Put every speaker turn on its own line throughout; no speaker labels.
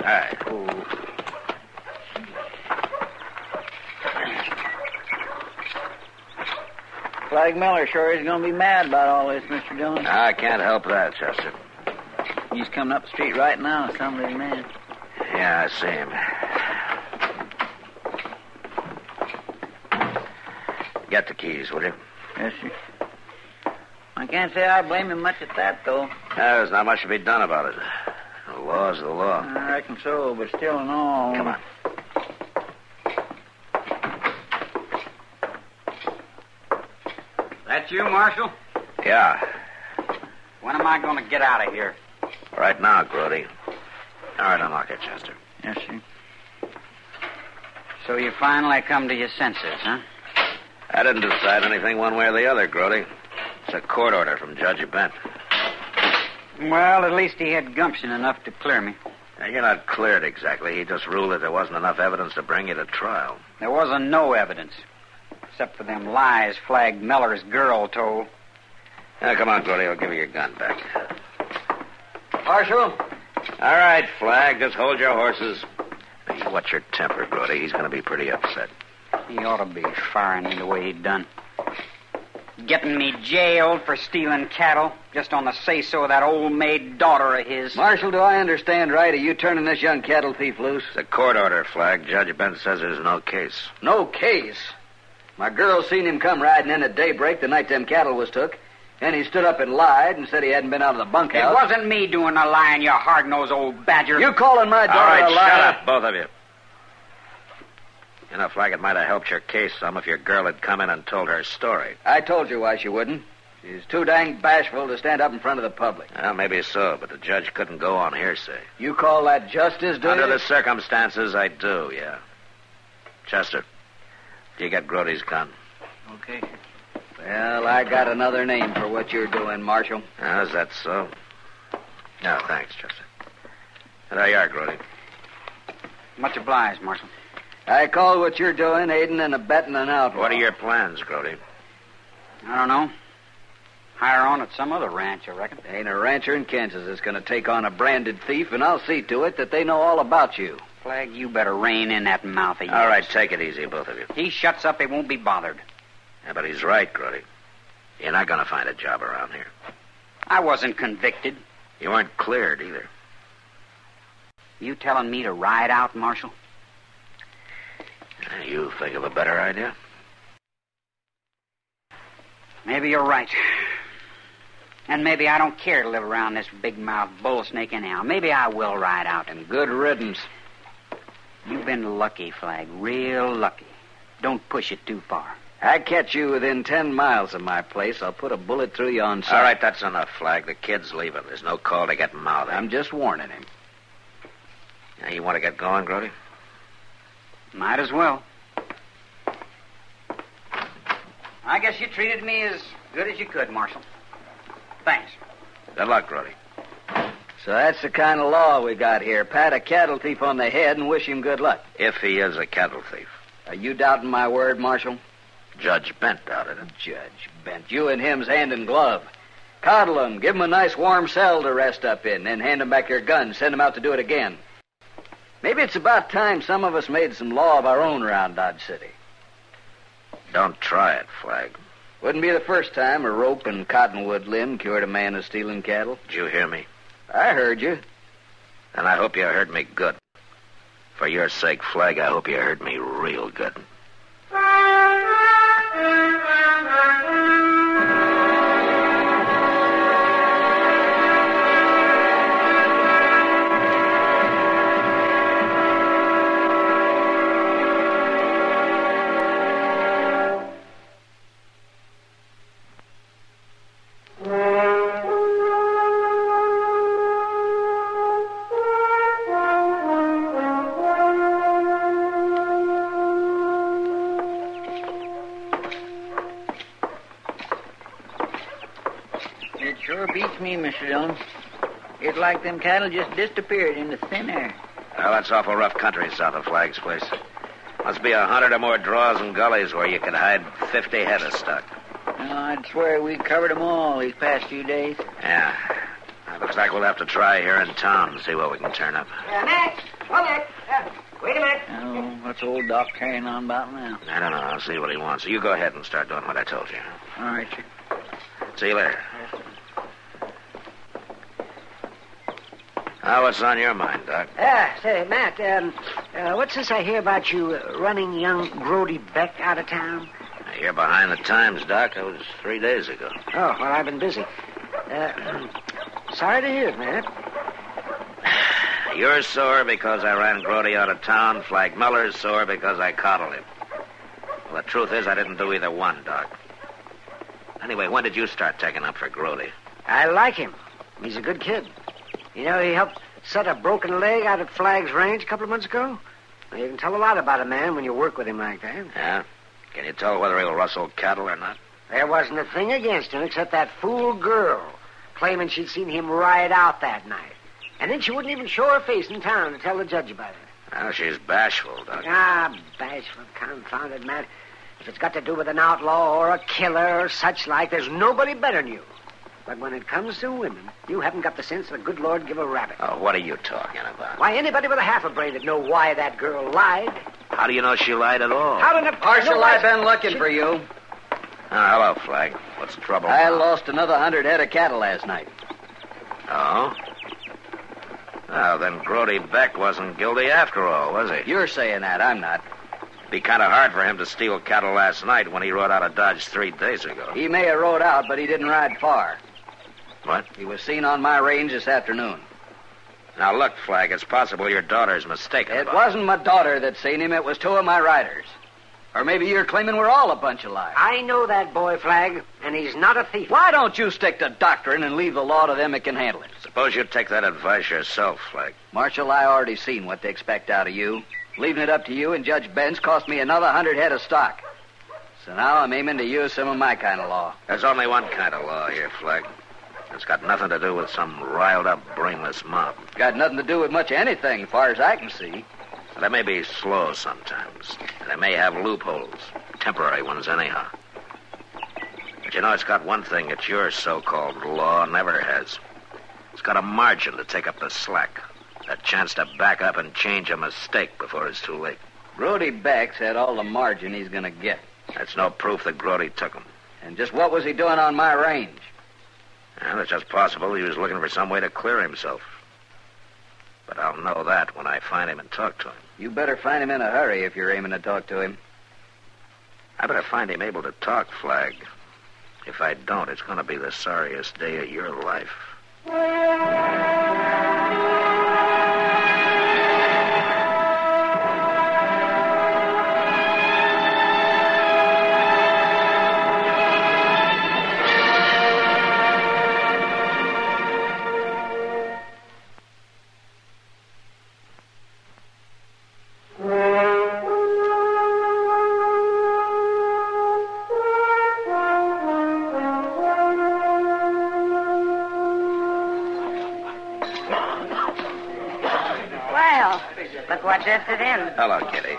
Hi.
Flag Miller sure is going to be mad about all this, Mr. Dillon.
I can't help that, Chester.
He's coming up the street right now, somebody's man.
Yeah, I see him. Get the keys, will you?
Yes, sir. I can't say I blame him much at that, though.
There's not much to be done about it. The law's the law.
I reckon so, but still and all.
Come on.
That you, Marshal?
Yeah,
When am I going to get out of here?
right now, Grody. All right, unlock it, Chester.
Yes, sir.
So you finally come to your senses, huh?
I didn't decide anything one way or the other, Grody. It's a court order from Judge Bent.
Well, at least he had gumption enough to clear me.
Now, you're not cleared exactly. He just ruled that there wasn't enough evidence to bring you to trial.
There wasn't no evidence, except for them lies Flag Miller's girl told.
Now, come on, Grody. I'll give you your gun back.
Marshal?
All right, Flag. Just hold your horses. Now, you watch your temper, Grody. He's going to be pretty upset.
He ought to be firing me the way he done. Getting me jailed for stealing cattle just on the say so of that old maid daughter of his.
Marshal, do I understand right? Are you turning this young cattle thief loose?
It's a court order, Flag. Judge Bent says there's no case.
No case. My girl seen him come riding in at daybreak the night them cattle was took, and he stood up and lied and said he hadn't been out of the
it
bunkhouse.
wasn't me doing the lying, you hard nosed old badger.
You calling my daughter
All right,
a liar?
shut up, both of you. You know, Flag, it might have helped your case some if your girl had come in and told her story.
I told you why she wouldn't. She's too dang bashful to stand up in front of the public.
Well, maybe so, but the judge couldn't go on hearsay.
You call that justice, do
Under
you?
the circumstances, I do, yeah. Chester, do you get Grody's gun?
Okay. Well, I got another name for what you're doing, Marshal.
How's that so? No, thanks, Chester. There you are, Grody.
Much obliged, Marshal.
I call what you're doing aiding and abetting an outlaw.
What are your plans, Grody?
I don't know. Hire on at some other ranch, I reckon.
Ain't a rancher in Kansas that's going to take on a branded thief, and I'll see to it that they know all about you.
Flag, you better rein in that mouth
Uh,
of yours.
All right, take it easy, both of you.
He shuts up, he won't be bothered.
Yeah, but he's right, Grody. You're not going to find a job around here.
I wasn't convicted.
You weren't cleared either.
You telling me to ride out, Marshal?
Uh,
You think of a better idea?
Maybe you're right. And maybe I don't care to live around this big mouthed bull snake anyhow. Maybe I will ride out.
And good riddance.
You've been lucky, Flag. Real lucky. Don't push it too far.
I catch you within ten miles of my place, I'll put a bullet through you on sight.
All right, that's enough, Flag. The kid's leaving. There's no call to get mouthy.
I'm just warning him.
Now, you want to get going, Grody?
Might as well. I guess you treated me as good as you could, Marshal. Thanks.
Good luck, Grody.
So that's the kind of law we got here. Pat a cattle thief on the head and wish him good luck.
If he is a cattle thief.
Are you doubting my word, Marshal?
Judge Bent doubted it.
Judge Bent, you and him's hand and glove. Coddle 'em, give 'em a nice warm cell to rest up in, then hand 'em back their guns, send 'em out to do it again. Maybe it's about time some of us made some law of our own around Dodge City.
Don't try it, Flag.
Wouldn't be the first time a rope and cottonwood limb cured a man of stealing cattle.
Did you hear me?
I heard you.
And I hope you heard me good. For your sake, Flag, I hope you heard me real good.
It sure beats me, Mr. Dillon. It's like them cattle just disappeared into thin air.
Well, that's awful rough country south of Flag's place. Must be a hundred or more draws and gullies where you could hide 50 head of stock.
Oh, I'd swear we covered them all these past few days.
Yeah. Now, Looks like we'll have to try here in town and see what we can turn up.
Yeah, Max, hold it. Yeah, wait a minute.
Oh, what's old Doc carrying on about now?
I don't know. I'll see what he wants. You go ahead and start doing what I told you.
All right, sir.
See you later. Now, what's on your mind, Doc?
Yeah, Ah, say, Matt, um, uh, what's this I hear about you uh, running young Grody Beck out of town?
You're behind the times, Doc. That was three days ago.
Oh, well, I've been busy. Uh, sorry to hear it, Matt.
You're sore because I ran Grody out of town. Flag Muller's sore because I coddled him. Well, the truth is, I didn't do either one, Doc. Anyway, when did you start taking up for Grody?
I like him. He's a good kid. You know, he helped set a broken leg out at Flag's Range a couple of months ago. Well, You can tell a lot about a man when you work with him like that.
Yeah? Can you tell whether he'll rustle cattle or not?
There wasn't a thing against him except that fool girl claiming she'd seen him ride out that night. And then she wouldn't even show her face in town to tell the judge about it.
Well, she's bashful, Doc.
Ah, bashful, confounded man. If it's got to do with an outlaw or a killer or such like, there's nobody better than you. But when it comes to women, you haven't got the sense of a good Lord give a rabbit.
Oh, what are you talking about?
Why, anybody with a half a brain would know why that girl lied.
How do you know she lied at all?
How did it...
Marshal,
no,
I've been looking for you.
Ah, hello, Flag. What's the trouble?
I lost another hundred head of cattle last night.
Oh? Well, then Grody Beck wasn't guilty after all, was he?
You're saying that, I'm not.
It'd be kind of hard for him to steal cattle last night when he rode out of Dodge three days ago.
He may have rode out, but he didn't ride far.
What?
He was seen on my range this afternoon.
Now, look, Flag, it's possible your daughter's mistaken.
It
about-
wasn't my daughter that seen him, it was two of my riders. Or maybe you're claiming we're all a bunch of liars.
I know that boy, Flag, and he's not a thief.
Why don't you stick to doctrine and leave the law to them that can handle it?
Suppose you take that advice yourself, Flag.
Marshal, I already seen what they expect out of you. Leaving it up to you and Judge Benz cost me another hundred head of stock. So now I'm aiming to use some of my kind of law.
There's only one kind of law here, Flag. It's got nothing to do with some riled up, brainless mob.
Got nothing to do with much of anything, far as I can see.
They may be slow sometimes. and They may have loopholes, temporary ones, anyhow. But you know, it's got one thing that your so called law never has it's got a margin to take up the slack, a chance to back up and change a mistake before it's too late.
Brody Beck's had all the margin he's going to get.
That's no proof that Grody took him.
And just what was he doing on my range?
And it's just possible he was looking for some way to clear himself. But I'll know that when I find him and talk to him.
You better find him in a hurry if you're aiming to talk to him.
I better find him able to talk, Flag. If I don't, it's going to be the sorriest day of your life.
Well, look what drifted in.
Hello, Kitty.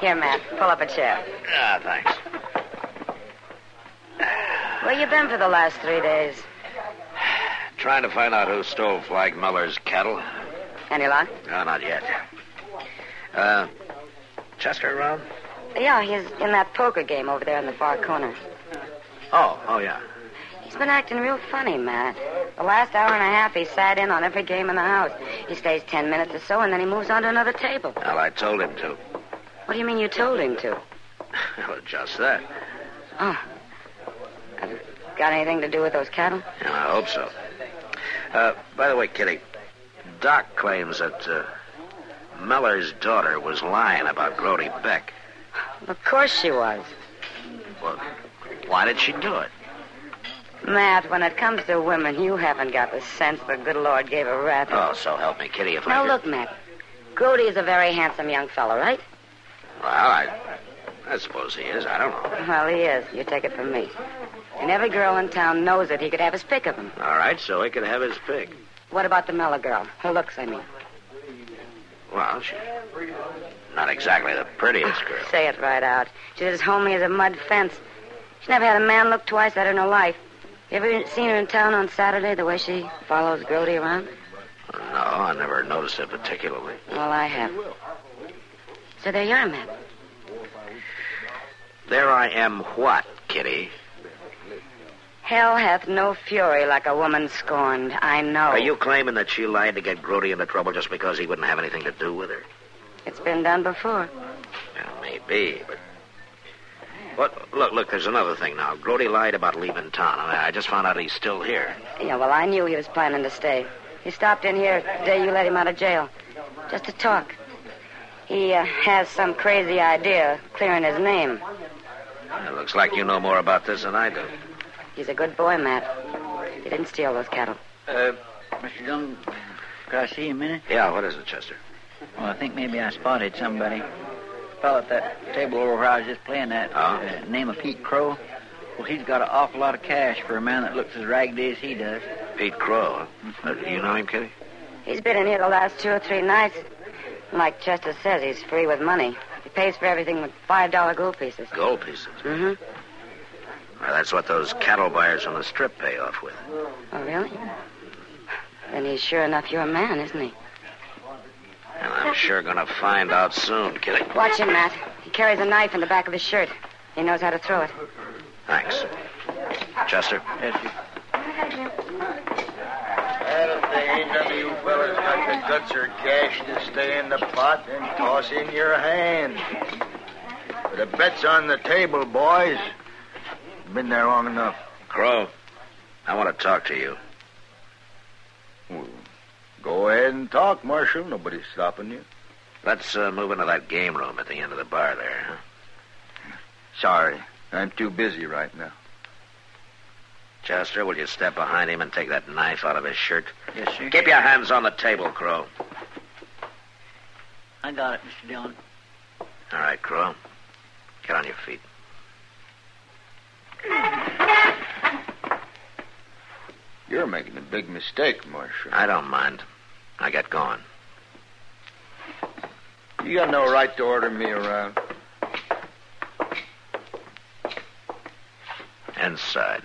Here, Matt, pull up a chair.
Ah, thanks.
Where you been for the last three days?
Trying to find out who stole Flag Muller's cattle.
Any luck?
No, not yet. Uh, Chester around?
Yeah, he's in that poker game over there in the far corner.
Oh, oh, yeah.
He's been acting real funny, Matt. The last hour and a half, he sat in on every game in the house. He stays ten minutes or so, and then he moves on to another table.
Well, I told him to.
What do you mean you told him to?
well, just that.
Oh. Has it Got anything to do with those cattle?
Yeah, I hope so. Uh, by the way, Kitty, Doc claims that uh, Miller's daughter was lying about Grody Beck.
Of course she was.
Well, why did she do it?
Matt, when it comes to women, you haven't got the sense the good Lord gave a rat.
Oh, so help me, Kitty, if I
now,
could-
look, Matt. Grody is a very handsome young fellow, right?
Well, I, I suppose he is. I don't know.
Well, he is. You take it from me. And every girl in town knows that he could have his pick of him.
All right, so he could have his pick.
What about the Miller girl? Her looks, I mean.
Well, she's not exactly the prettiest girl.
Say it right out. She's as homely as a mud fence. She never had a man look twice at her in her life. You ever seen her in town on Saturday, the way she follows Grody around?
No, I never noticed it particularly.
Well, I have. So there you are, Matt.
There I am, what, Kitty?
Hell hath no fury like a woman scorned. I know.
Are you claiming that she lied to get Grody into trouble just because he wouldn't have anything to do with her?
It's been done before.
Well, maybe, but. What? Look, look. There's another thing now. Grody lied about leaving town, and I I just found out he's still here.
Yeah, well, I knew he was planning to stay. He stopped in here the day you let him out of jail, just to talk. He uh, has some crazy idea of clearing his name.
It looks like you know more about this than I do.
He's a good boy, Matt. He didn't steal those cattle.
Uh, Mr. Dillon, could I see you a minute?
Yeah, what is it, Chester?
Well, I think maybe I spotted somebody. Fellow at that table over where I was just playing that.
Huh?
Uh, name of Pete Crow. Well, he's got an awful lot of cash for a man that looks as raggedy as he does.
Pete Crow. Huh? Uh, do you know him, Kitty?
He's been in here the last two or three nights. Like Chester says, he's free with money. He pays for everything with $5 gold pieces.
Gold pieces.
Mm-hmm.
Well, that's what those cattle buyers on the strip pay off with.
Oh, really? Then he's sure enough your man, isn't he?
And I'm sure gonna find out soon, Kitty.
Watch him, Matt. He carries a knife in the back of his shirt. He knows how to throw it.
Thanks. Chester?
Yes, sir.
Well, if there ain't none of you fellas got the guts or cash to stay in the pot, then toss in your hand. The bet's on the table, boys. Been there long enough.
Crow, I want to talk to you.
Go ahead and talk, Marshal. Nobody's stopping you.
Let's uh, move into that game room at the end of the bar there. huh?
Sorry, I'm too busy right now.
Chester, will you step behind him and take that knife out of his shirt?
Yes, sir.
Keep your hands on the table, Crow.
I got it, Mr. Dillon.
All right, Crow. Get on your feet.
You're making a big mistake, Marshal.
I don't mind. I got going.
You got no right to order me around.
Inside.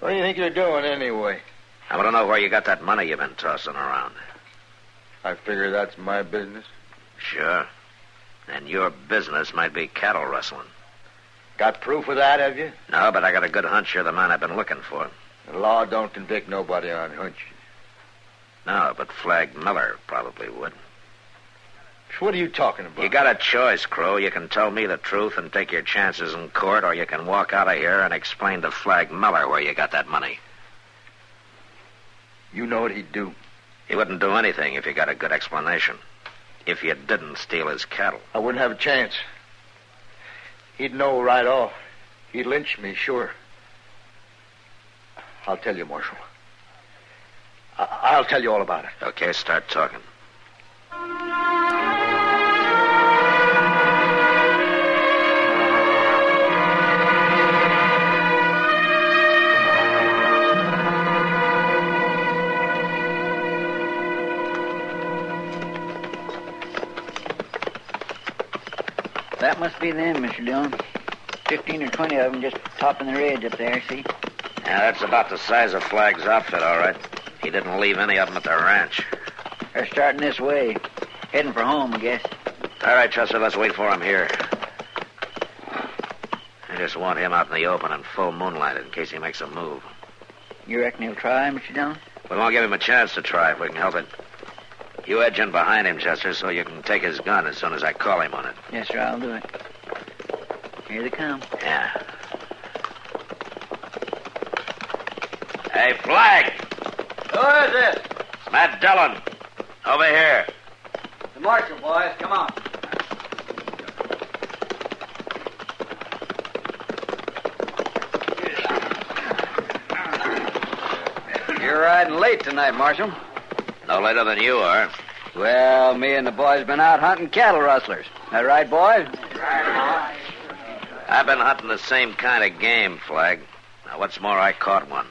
What do you think you're doing anyway?
I want to know where you got that money you've been tossing around.
I figure that's my business.
Sure. And your business might be cattle rustling.
Got proof of that, have you?
No, but I got a good hunch you're the man I've been looking for.
The law don't convict nobody on hunches.
No, but Flag Miller probably would.
What are you talking about?
You got a choice, Crow. You can tell me the truth and take your chances in court, or you can walk out of here and explain to Flag Miller where you got that money.
You know what he'd do.
He wouldn't do anything if you got a good explanation. If you didn't steal his cattle.
I wouldn't have a chance. He'd know right off. He'd lynch me, sure. I'll tell you, Marshal. I- I'll tell you all about it.
Okay, start talking.
That must be them, Mr. Dillon. Fifteen or twenty of them just topping the ridge up there, see?
Yeah, that's about the size of Flag's outfit, all right. He didn't leave any of them at the ranch.
They're starting this way. Heading for home, I guess.
All right, Chester, let's wait for him here. I just want him out in the open in full moonlight in case he makes a move.
You reckon he'll try, Mr. Dillon?
We won't give him a chance to try if we can help it. You edge in behind him, Chester, so you can take his gun as soon as I call him on it.
Yes, sir, I'll do it. Here they come.
Yeah. Hey, Flag!
Who is this?
It's Matt Dillon. Over here.
The marshal, boys. Come on. You're riding late tonight, Marshal.
No later than you are.
Well, me and the boys been out hunting cattle rustlers. That right, boys?
I've been hunting the same kind of game, Flag. Now, what's more, I caught one.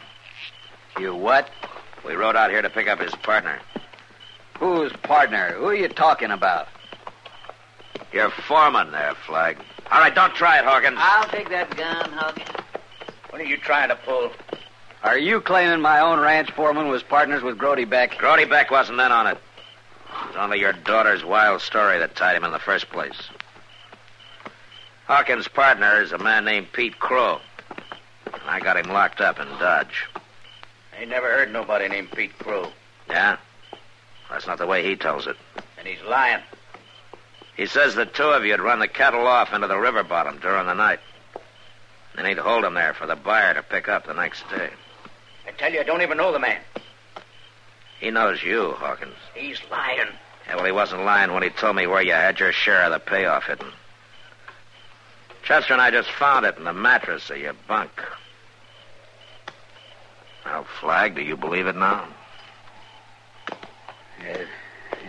You what?
We rode out here to pick up his partner.
Who's partner? Who are you talking about?
Your foreman there, Flag. All right, don't try it, Hawkins.
I'll take that gun, Hawkins.
What are you trying to pull?
Are you claiming my own ranch foreman was partners with Grody Beck?
Grody Beck wasn't in on it. It was only your daughter's wild story that tied him in the first place. Hawkins' partner is a man named Pete Crow. And I got him locked up in Dodge.
I ain't never heard nobody named Pete Crow,
Yeah? That's not the way he tells it.
and he's lying.
He says the two of you had run the cattle off into the river bottom during the night. Then he'd hold 'em there for the buyer to pick up the next day.
I tell you, I don't even know the man.
He knows you, Hawkins.
He's lying.
Yeah, well, he wasn't lying when he told me where you had your share of the payoff hidden. Chester and I just found it in the mattress of your bunk. Well, Flag, do you believe it now?
It,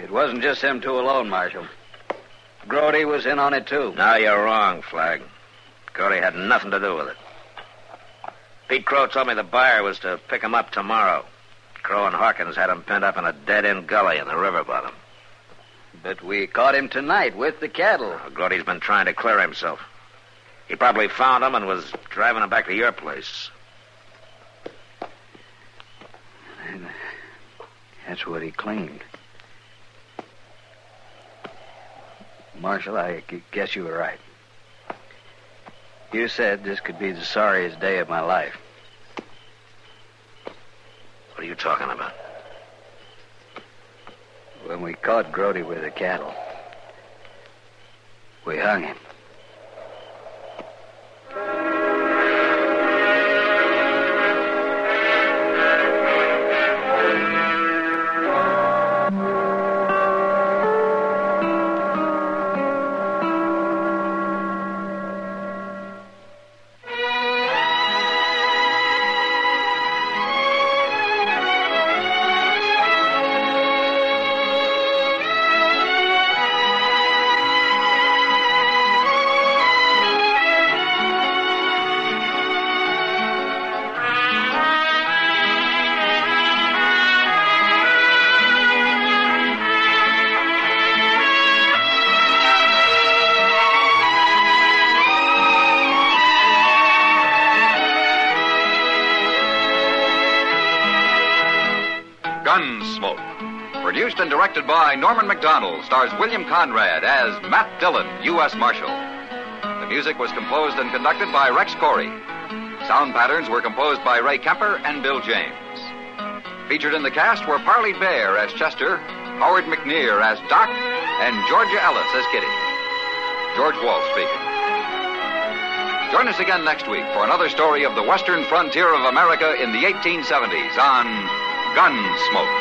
it wasn't just them two alone, Marshal. Grody was in on it, too.
No, you're wrong, Flag. Cody had nothing to do with it. Pete Crow told me the buyer was to pick him up tomorrow. Crow and Hawkins had him pinned up in a dead end gully in the river bottom.
But we caught him tonight with the cattle.
Well, Grody's been trying to clear himself. He probably found him and was driving him back to your place.
That's what he claimed. Marshal, I g- guess you were right. You said this could be the sorriest day of my life.
What are you talking about?
When we caught Grody with the cattle, we hung him.
Gunsmoke. Produced and directed by Norman McDonald, stars William Conrad as Matt Dillon, U.S. Marshal. The music was composed and conducted by Rex Corey. Sound patterns were composed by Ray Kemper and Bill James. Featured in the cast were Parley Bear as Chester, Howard McNear as Doc, and Georgia Ellis as Kitty. George Walsh speaking. Join us again next week for another story of the western frontier of America in the 1870s on Gunsmoke.